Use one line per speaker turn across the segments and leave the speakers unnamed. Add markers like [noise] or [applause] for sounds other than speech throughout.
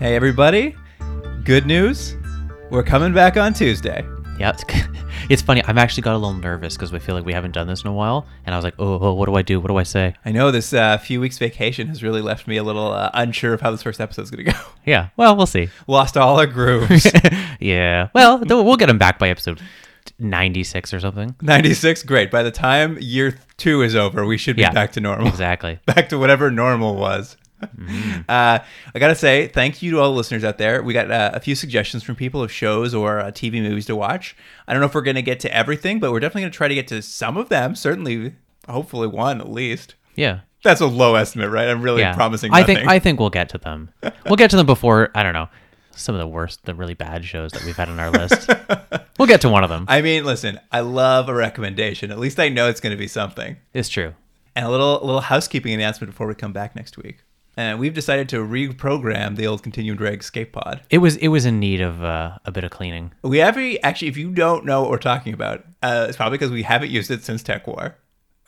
Hey, everybody. Good news. We're coming back on Tuesday.
Yeah, it's, [laughs] it's funny. I'm actually got a little nervous because we feel like we haven't done this in a while, and I was like, oh, oh what do I do? What do I say?
I know this uh, few weeks vacation has really left me a little uh, unsure of how this first episode's going to go. [laughs]
Yeah. Well, we'll see. [laughs]
Lost all our grooves.
yeah. Well, th- we'll get him back by episode 96 or something.
96, great. By the time year two is over, we should be
Yeah.
back to normal.
Exactly.
[laughs] Back to whatever normal was. [laughs] Uh, I gotta say, thank you to all the listeners out there. We got uh, a few suggestions from people of shows or uh, TV movies to watch. I don't know if we're gonna get to everything, but we're definitely gonna try to get to some of them. Certainly, hopefully one at least.
Yeah.
That's a low estimate, right? I'm really
Yeah.
promising.
I
Nothing.
think I think we'll get
[laughs]
to them. We'll get to them before I don't know some of the worst, the really bad shows that we've had on our list.
[laughs]
we'll get to one of them.
I mean, listen, I love a recommendation. At least I know it's going to be something.
It's true.
And a little little housekeeping announcement before we come back next week. And we've decided to reprogram the old continuum drag skate pod.
It was it was in need of uh, a bit of cleaning.
We every actually, if you don't know what we're talking about, uh, it's probably because we haven't used it since Tech War.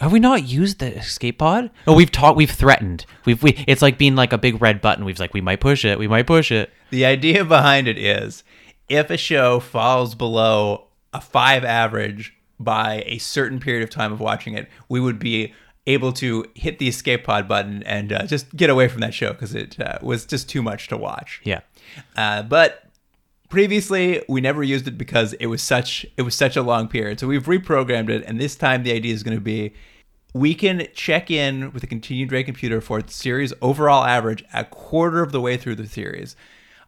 Have we not used the escape pod? No, we've taught, we've threatened. We've we. It's like being like a big red button. We've like we might push it. We might push it.
The idea behind it is if a show falls below a five average by a certain period of time of watching it, we would be able to hit the escape pod button and uh, just get away from that show because it uh, was just too much to watch.
Yeah.
Uh, but previously, we never used it because it was such it was such a long period. So we've reprogrammed it, and this time the idea is going to be we can check in with a continued rate computer for the series overall average a quarter of the way through the series.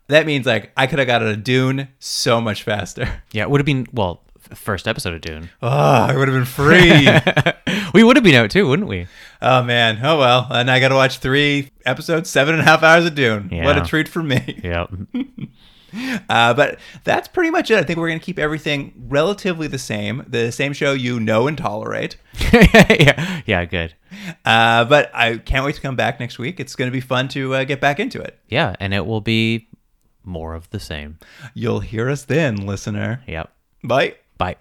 That means like I could have got out of Dune so much [laughs] faster.
Yeah, it would have been well, f- first episode of Dune. [gasps]
Oh, I would have been [laughs] free.
we would have been out too, wouldn't we?
oh man. Oh well. And I got to watch three episodes, seven and a half hours of Dune. What a
Yeah.
treat for me.
Yeah.
Uh, but that's pretty much it. I think we're going to keep everything relatively the same, the same show you know and tolerate.
[laughs] yeah. Yeah, good.
Uh, but I can't wait to come back next week. It's going to be fun to uh, get back into it.
Yeah, and it will be more of the same.
You'll hear us then, listener.
Yep.
Bye.
Bye.